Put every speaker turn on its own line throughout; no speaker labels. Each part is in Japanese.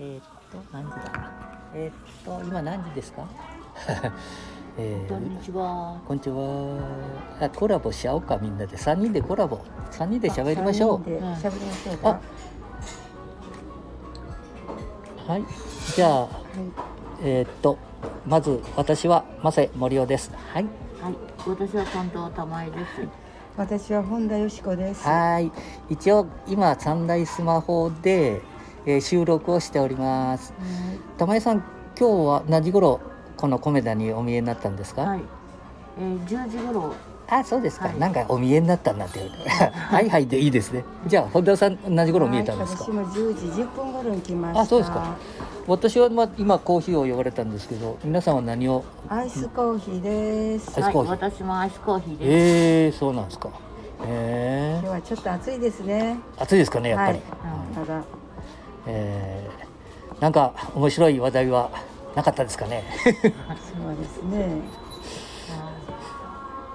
えーっと何時だえーっと今何時ですか え
こん
ー
にちは。
こんにちはあコラボし合おうかみんなで3人でコラボ3人で喋りましょう
で
はい
喋りましょう
あ
か。
はいじゃあえーっとまず私はマセ森尾ですはい
はい、私は近藤玉井です。
私は本田よしこです。
はい一応今三台スマホで、えー収録をしております
は
玉井さん今日は何時頃このコメダにお見えになったんですか、
はい。えー、10時頃、
あそうですか、
はい
なんかお見えになったんだって はいはいでいいですねじゃあ本田さん同じ頃見えたんですか、
はい私も10時10分頃に来ました。
あそうですか。私は、まあ、今コーヒーを呼ばれたんですけど皆さんは何を
アイスコーヒーです。
アイ
は
ス
い、
コーヒー
私もアイスコーヒーです。
ええー、そうなんですかええ
今日はちょっと暑いですね。
暑いですかねやっぱり、
はい
うん
ただ
えーなんか面白い話題はなかったですかね、
そうですね。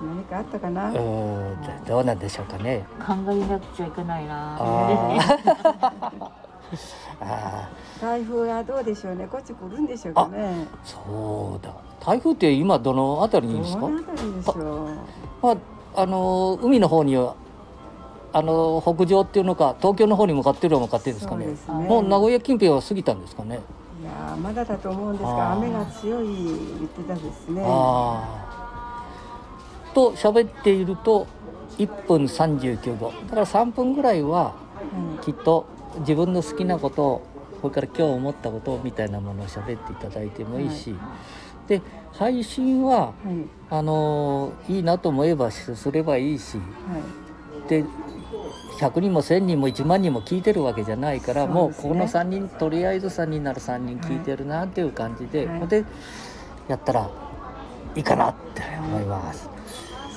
何かあったか
う
な。
んどうなんでしょうかね
考えなくちゃいけないな
あ
ぁ。
あ あ
台風はどうでしょうね。こっち来るんでしょうかね。
ーそうだ台風って今どの辺り
ど
にいるんですか
うなったんでしょう。
まあ、あの海の方にはあの北上っていうのか東京の方に向かってるのは向かってるんですかね
そうですね
もう名古屋近辺は過ぎたんですかね、
いやーまだだと思うんですが
あー
雨が強い言ってたですね。
ああと喋っていると1分39秒だから3分ぐらいは
うん
きっと自分の好きなことをそれから今日思ったことみたいなものを喋っていただいてもいいし、で配信は
はいはい
あのいいなと思えばすすればいいしで100人も1000人も1万人も聞いてるわけじゃないから
そう
もう
ですね
この3人とりあえず3人なら3人聞いてるなっていう感じで、
はい
ここでやったらいいかなって思います。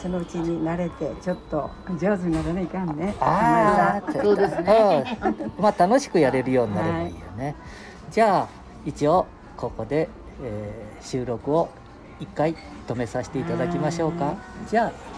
そのうちに慣れてちょっと上手にならないかんね。
ああ
そうです
ね、うんまあ楽しくやれるようになればいいよね。じゃあ一応ここで、えー収録を一回止めさせていただきましょうか。
は
じゃあ